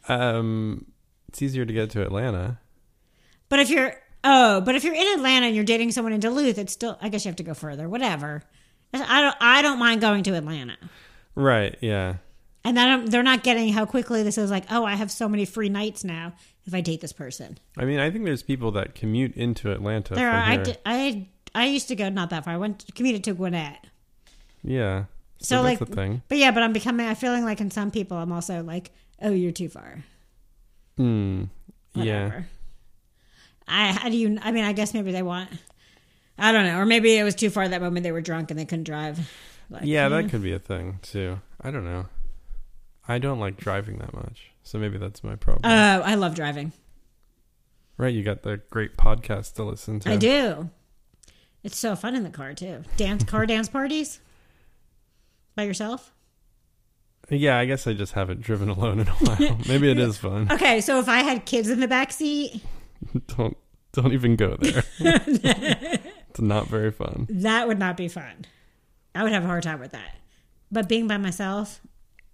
B: Um it's easier to get to Atlanta.
A: But if you're oh, but if you're in Atlanta and you're dating someone in Duluth, it's still I guess you have to go further. Whatever. I don't I don't mind going to Atlanta.
B: Right. Yeah.
A: And then I'm- they're not getting how quickly this is like, oh, I have so many free nights now if I date this person.
B: I mean, I think there's people that commute into Atlanta
A: There
B: from
A: are, I,
B: here.
A: di- I I used to go not that far. I went commuted to Gwinnett.
B: yeah. So,
A: So,
B: that's
A: like-
B: a thing.
A: But yeah, but I'm becoming I'm feeling like in some people I'm also like, oh, you're too far.
B: Mm, yeah.
A: Whatever. I how do you I mean, I guess maybe they want I don't know, or maybe it was too far that moment they were drunk and they couldn't drive. Like, hmm.
B: Yeah, that could be a thing too. I don't know. I don't like driving that much. So maybe that's my problem.
A: Oh, I love driving.
B: right, you got the great podcast to listen to.
A: I do. It's so fun in the car too. Dance car dance parties by yourself.
B: Yeah, I guess I just haven't driven alone in a while. maybe it is fun.
A: Okay, so if I had kids in the back seat,
B: don't don't even go there. it's not very fun.
A: that would not be fun. I would have a hard time with that. But being by myself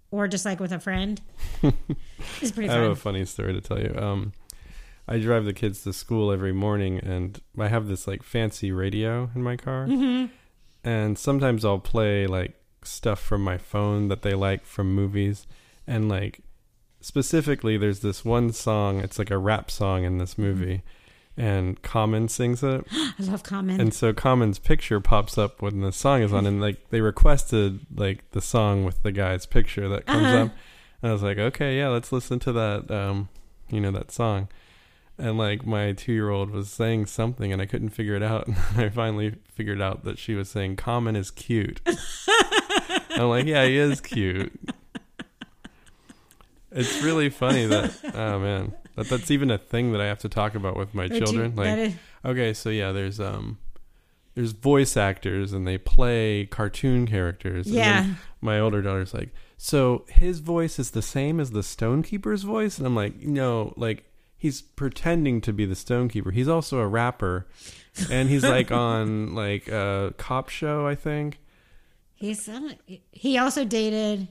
A: or just like with a friend is pretty
B: I have a
A: fun.
B: funny story to tell you. Um, I drive the kids to school every morning, and I have this like fancy radio in my car,
A: Mm-hmm.
B: and sometimes I'll play like stuff from my phone that they like from movies, and like specifically, there's this one song. It's like a rap song in
A: Mm-hmm.
B: this movie, and Common sings it.
A: I love comments.
B: And so Common's picture pops up when the song is on, and like they requested like the song with the guy's picture that comes
A: Uh-huh.
B: up. And I was like, okay, yeah, let's listen to that, um, you know, that song. And like my two year old was saying something, and I couldn't figure it out. And I finally figured out that she was saying Common is cute. I'm like, yeah, he is cute. It's really funny that oh man that that's even a thing that I have to talk about with my
A: Or do-
B: children. Like
A: that is-
B: Okay, so yeah, there's um there's voice actors and they play cartoon characters. And then
A: Yeah.
B: My older daughter's like, so his voice is the same as the Stonekeeper's voice? And I'm like, no, like he's pretending to be the Stonekeeper. He's also a rapper. And he's like on like a cop show, I think.
A: he's some, he also dated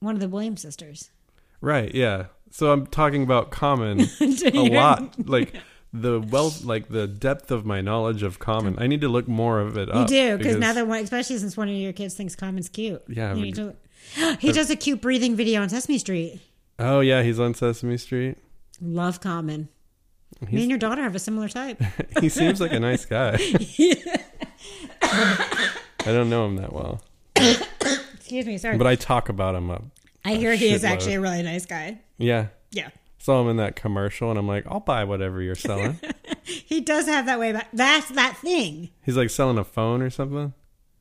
A: one of the Williams sisters.
B: Right, yeah. So I'm talking about common a lot. Like the wealth, like the depth of my knowledge of common. I need to look more of it
A: You
B: up.
A: do because now that one, especially since one of your kids thinks Common's cute.
B: Yeah,
A: You
B: we-
A: need to- he does a cute breathing video on Sesame Street.
B: Oh yeah, he's on Sesame Street.
A: Love Common. Me and your daughter have a similar type.
B: He seems like a nice guy. I don't know him that well,
A: Excuse me, sorry.
B: but I talk about him up.
A: I hear he is
B: shitload.
A: actually a really nice guy.
B: Yeah,
A: Yeah,
B: saw him in that commercial, and I'm like, I'll buy whatever you're selling.
A: he does have that way. About, that's that thing.
B: he's like selling a phone or something.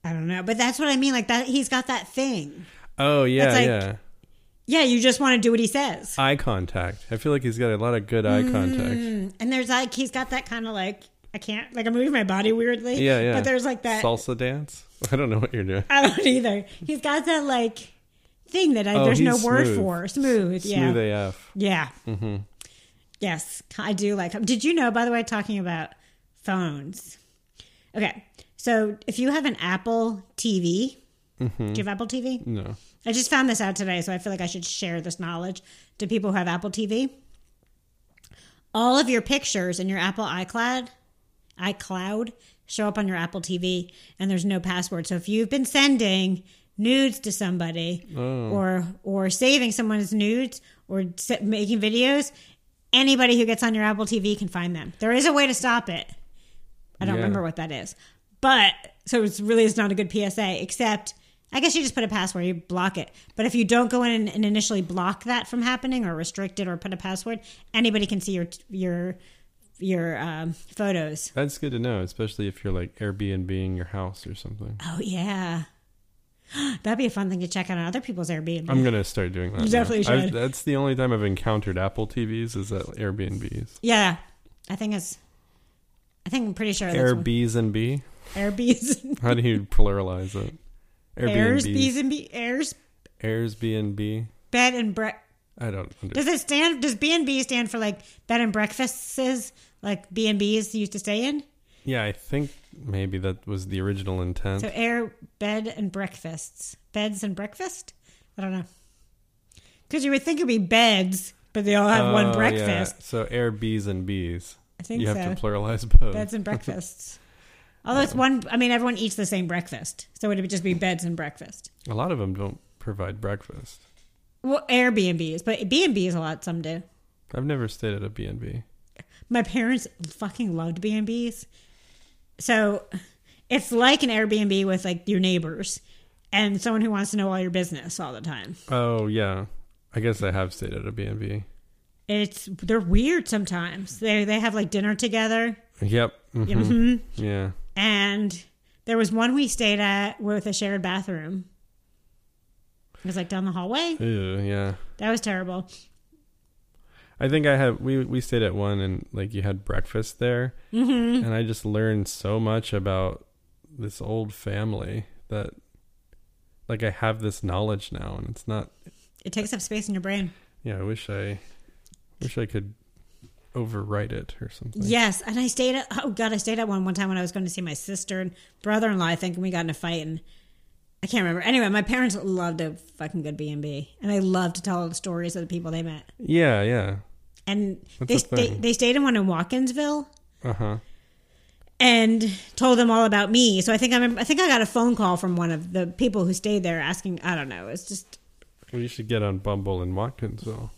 A: I don't know, but that's what I mean. Like that, he's got that thing.
B: Oh yeah,
A: That's like-
B: yeah.
A: Yeah, you just want to do what he says.
B: Eye contact. I feel like he's got a lot of good eye
A: Mm.
B: contact.
A: And there's like he's got that kind of like I can't like I'm moving my body weirdly.
B: Yeah, yeah.
A: But there's like that.
B: salsa dance. I don't know what you're doing.
A: I don't either. He's got that like thing that I, there's no
B: Oh, he's
A: word
B: smooth.
A: for. Smooth. Yeah.
B: Smooth eh? AF.
A: Yeah. Mm-hmm. Yes, I do like him. Did you know, by the way, talking about phones? Okay, so if you have an Apple TV,
B: Mm-hmm.
A: do you have Apple TV?
B: No.
A: I just found this out today, so I feel like I should share this knowledge to people who have Apple TV. All of your pictures in your Apple iCloud, iCloud show up on your Apple TV, and there's no password. So if you've been sending nudes to somebody, or or saving someone's nudes, or se- making videos, anybody who gets on your Apple TV can find them. There is a way to stop it. I don't
B: Yeah.
A: remember what that is. But so it's really it's not a good PSA, except I guess you just put a password, you block it. But if you don't go in and, and initially block that from happening or restrict it or put a password, anybody can see your your your um, photos.
B: That's good to know, especially if you're like Airbnb your house or something.
A: Oh yeah. That'd be a fun thing to check out on other people's Airbnb.
B: I'm gonna start doing that.
A: You
B: now.
A: definitely
B: I've-
A: should.
B: that's the only time I've encountered Apple TVs is at Airbnbs.
A: yeah. I think it's I think I'm pretty sure that's what-
B: Airbnbs and B.
A: Airbnbs.
B: How do you pluralize it?
A: Airs,
B: Airbnbs.
A: bees and be airs
B: Airbnb.
A: bed and breakfast.
B: I don't. Under-
A: Does it stand? Does B and B stand for like bed and breakfasts, like B and B's you used to stay in?
B: yeah, I think maybe that was the original intent.
A: So air bed and breakfasts, beds and breakfast. I don't know, because you would think it'd be beds, but they all have
B: Oh,
A: one
B: yeah.
A: breakfast.
B: So Airbnbs and Bs.
A: I think
B: you have
A: so.
B: to pluralize both.
A: Beds and breakfasts. Although it's one, I mean, everyone eats the same breakfast, so it would just be beds and breakfast.
B: A lot of them don't provide breakfast.
A: Well, Airbnbs, but B and B's a lot. Some do.
B: I've never stayed at a B&B.
A: my parents fucking loved B&Bs. So it's like an Airbnb with like your neighbors and someone who wants to know all your business all the time.
B: Oh yeah, I guess I have stayed at a B&B.
A: It's they're weird sometimes. They they have like dinner together Mm-hmm.
B: Yep. hmm Yeah.
A: and there was one we stayed at with a shared bathroom. It was like down the hallway.
B: Ew, yeah.
A: That was terrible.
B: I think I had we we stayed at one and like you had breakfast there, mm-hmm. and I just learned so much about this old family that like I have this knowledge now, and it's not.
A: It takes up space in your brain.
B: Yeah, I wish I wish I could overwrite it or something.
A: Yes, and I stayed at oh god, I stayed at one one time when I was going to see my sister and brother in law. I think and we got in a fight and I can't remember. Anyway, my parents loved a fucking good B and B, and they loved to tell all the stories of the people they met.
B: Yeah. Yeah.
A: And they,
B: That's a
A: they
B: thing.
A: they stayed in one in Watkinsville
B: Uh huh.
A: and told them all about me. So I think I remember, I think I got a phone call from one of the people who stayed there asking. I don't know. It's just
B: Well, you should get on Bumble in Watkinsville.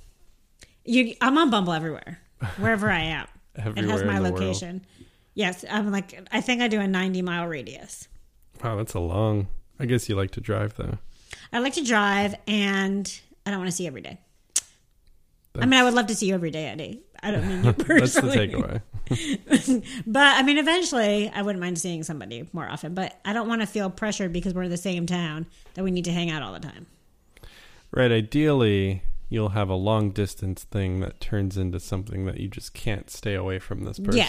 A: you. I'm on Bumble everywhere, wherever I am. it
B: Everywhere
A: has my
B: in the world.
A: location. Yes, I'm like I think I do a 90 mile radius.
B: Wow, that's a long. I guess you like to drive though.
A: I like to drive, and I don't want to see you every day. I
B: That's-
A: mean, I would love to see you every day, Eddie. I don't mean you personally,
B: That's the takeaway.
A: but I mean, eventually, I wouldn't mind seeing somebody more often. But I don't want to feel pressured because we're in the same town that we need to hang out all the time.
B: Right. Ideally, you'll have a long distance thing that turns into something that you just can't stay away from this person.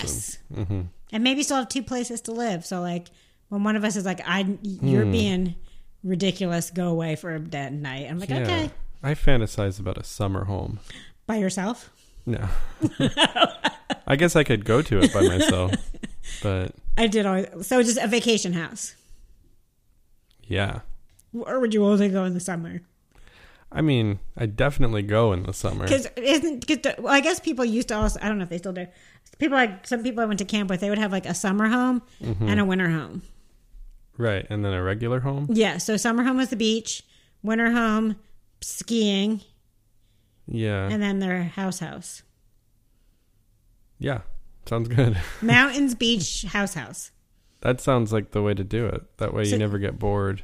B: Mm-hmm.
A: Yes, and maybe still have two places to live. So, like, when one of us is like, "I, you're
B: Hmm.
A: being ridiculous. Go away for a day night," I'm like,
B: Yeah.
A: "Okay,
B: I fantasize about a summer home.
A: by yourself."
B: No. I guess I could go to it by myself. but
A: I did always so just a vacation house.
B: yeah.
A: Where would you only go in the summer?
B: I mean, I definitely go in the summer.
A: Because isn't cause, well, I guess people used to also I don't know if they still do. People like some people I went to camp with, they would have like a summer home and a winter home.
B: Right. And then a regular home?
A: Yeah, so summer home was the beach, winter home skiing,
B: Yeah.
A: and then their house house.
B: yeah. Sounds good.
A: Mountains, beach, house house.
B: that sounds like the way to do it. That way
A: So-
B: you never get bored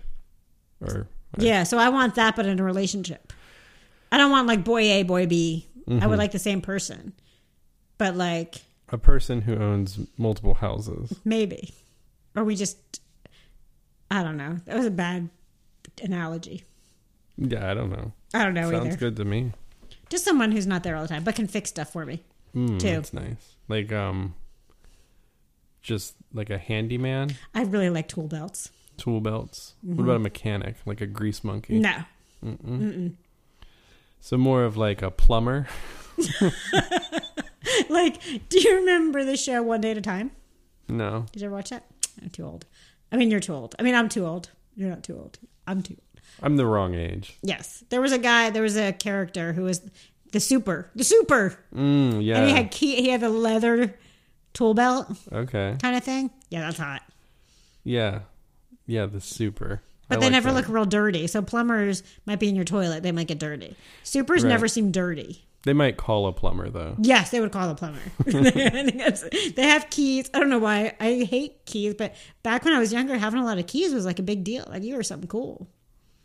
B: or
A: Yeah, so I want that but in a relationship. I don't want like boy A, boy B. I would like the same person. But like
B: mm-hmm. a person who owns multiple houses.
A: maybe. Or we just I don't know. That was a bad analogy.
B: Yeah, I don't know.
A: I don't know
B: sounds
A: either.
B: good to me.
A: Just someone who's not there all the time, but can fix stuff for me.
B: Mm,
A: Too.
B: That's nice. Like um just like a handyman,
A: I really like tool belts.
B: tool belts. What about a mechanic, like a grease monkey?
A: Mm-hmm. No,
B: So more of like a plumber.
A: like, do you remember the show One Day at a Time?
B: No.
A: Did you ever watch that? I'm too old. I mean, you're too old. I mean, I'm too old. You're not too old. I'm too. Old.
B: I'm the wrong age.
A: Yes, there was a guy. There was a character who was the super, the super,
B: Mm, yeah.
A: and he had key. He had the leather tool belt
B: okay.
A: kind of thing. Yeah, that's hot.
B: Yeah. Yeah, the super.
A: But
B: I
A: they
B: like
A: never
B: that.
A: look real dirty. So plumbers might be in your toilet. They might get dirty. Supers
B: Right.
A: never seem dirty.
B: They might call a plumber though.
A: Yes, they would call a plumber. they have keys. I don't know why. I hate keys, but back when I was younger, having a lot of keys was like a big deal. Like you were something cool.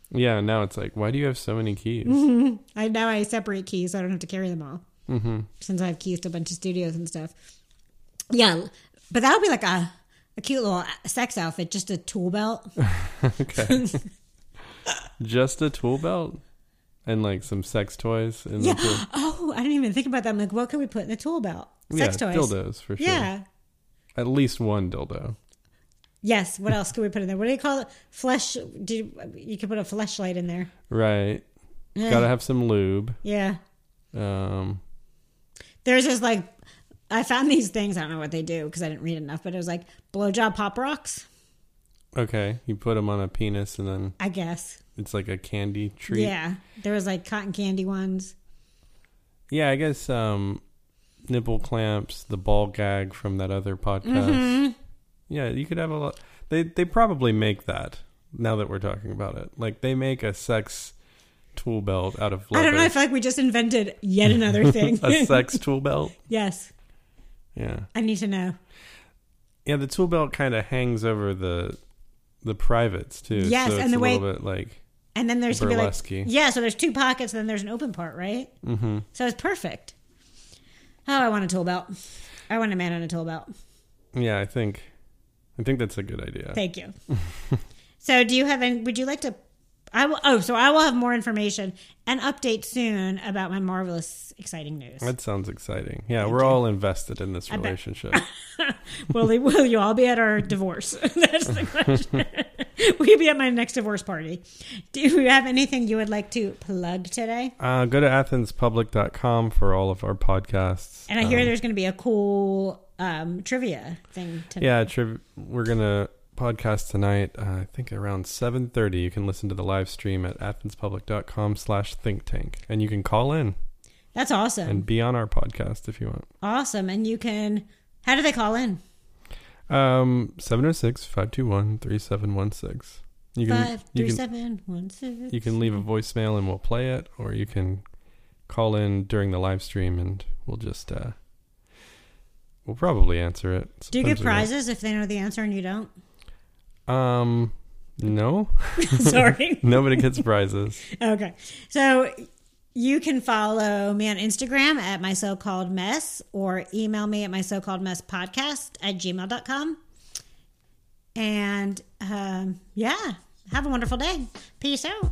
B: Yeah, now it's like, why do you have so many keys?
A: I now I separate keys, so I don't have to carry them all. Mm-hmm. Since I have keys to a bunch of studios and stuff. Yeah, but that would be like a a cute little sex outfit, just a tool belt.
B: Okay. Just a tool belt and like some sex toys in
A: Yeah.
B: the tool.
A: Oh, I didn't even think about that. I'm like, what can we put in the tool belt? Sex
B: yeah,
A: toys.
B: dildos for sure.
A: Yeah.
B: At least one dildo.
A: Yes. What else could we put in there? What do you call it? Flesh. Do you, you could put a fleshlight in there?
B: Right.
A: Yeah.
B: Gotta have some lube.
A: Yeah.
B: Um
A: There's this like, I found these things. I don't know what they do because I didn't read enough, but it was like blowjob pop rocks,
B: okay. You put them on a penis and then
A: I guess.
B: it's like a candy treat.
A: Yeah. There was like cotton candy ones.
B: Yeah, I guess um nipple clamps, the ball gag from that other podcast.
A: Mm-hmm.
B: Yeah, you could have a lot they they probably make that now that we're talking about it. Like they make a sex tool belt out of leather.
A: I don't know. I feel like we just invented yet another thing.
B: a sex tool belt.
A: yes.
B: Yeah.
A: I need to know.
B: Yeah, the tool belt kind of hangs over the the privates too.
A: Yes,
B: so it's
A: and the
B: a
A: way-
B: little bit like
A: And then there's gonna be
B: Burlesque-y.
A: like, yeah. So there's two pockets, and then there's an open part, right? Mm-hmm. So it's perfect. Oh, I want a tool belt. I want a man on a tool belt.
B: yeah, I think I think that's a good idea.
A: Thank you. so, do you have any? Would you like to? I will. Oh, so I will have more information and update soon about my marvelous, exciting news.
B: That sounds exciting. Yeah, we're all invested in this relationship.
A: will they, Will you all be at our divorce? That's the question. will you be at my next divorce party? Do you have anything you would like to plug today?
B: uh, go to athenspublic.com for all of our podcasts. Um,
A: And I hear there's going to be a cool um, trivia thing tonight.
B: Yeah, tri- we're gonna podcast tonight. Uh, I think around seven thirty. You can listen to the live stream at athenspublic.com/slash think tank, and you can call in
A: That's awesome.
B: and be on our podcast if you want.
A: awesome. And you can. How do they call in?
B: Um, 706-521-3716. You can
A: Five,
B: you
A: three,
B: can
A: seven, one, six.
B: you can leave a voicemail and we'll play it, or you can call in during the live stream and we'll just uh, we'll probably answer it.
A: Do you get
B: Sometimes we don't.
A: prizes if they know the answer and you don't?
B: Um, no,
A: Sorry.
B: nobody gets prizes.
A: Okay. So you can follow me on Instagram at my so called mess or email me at my so called mess podcast at gmail.com. And um, yeah, have a wonderful day. Peace out.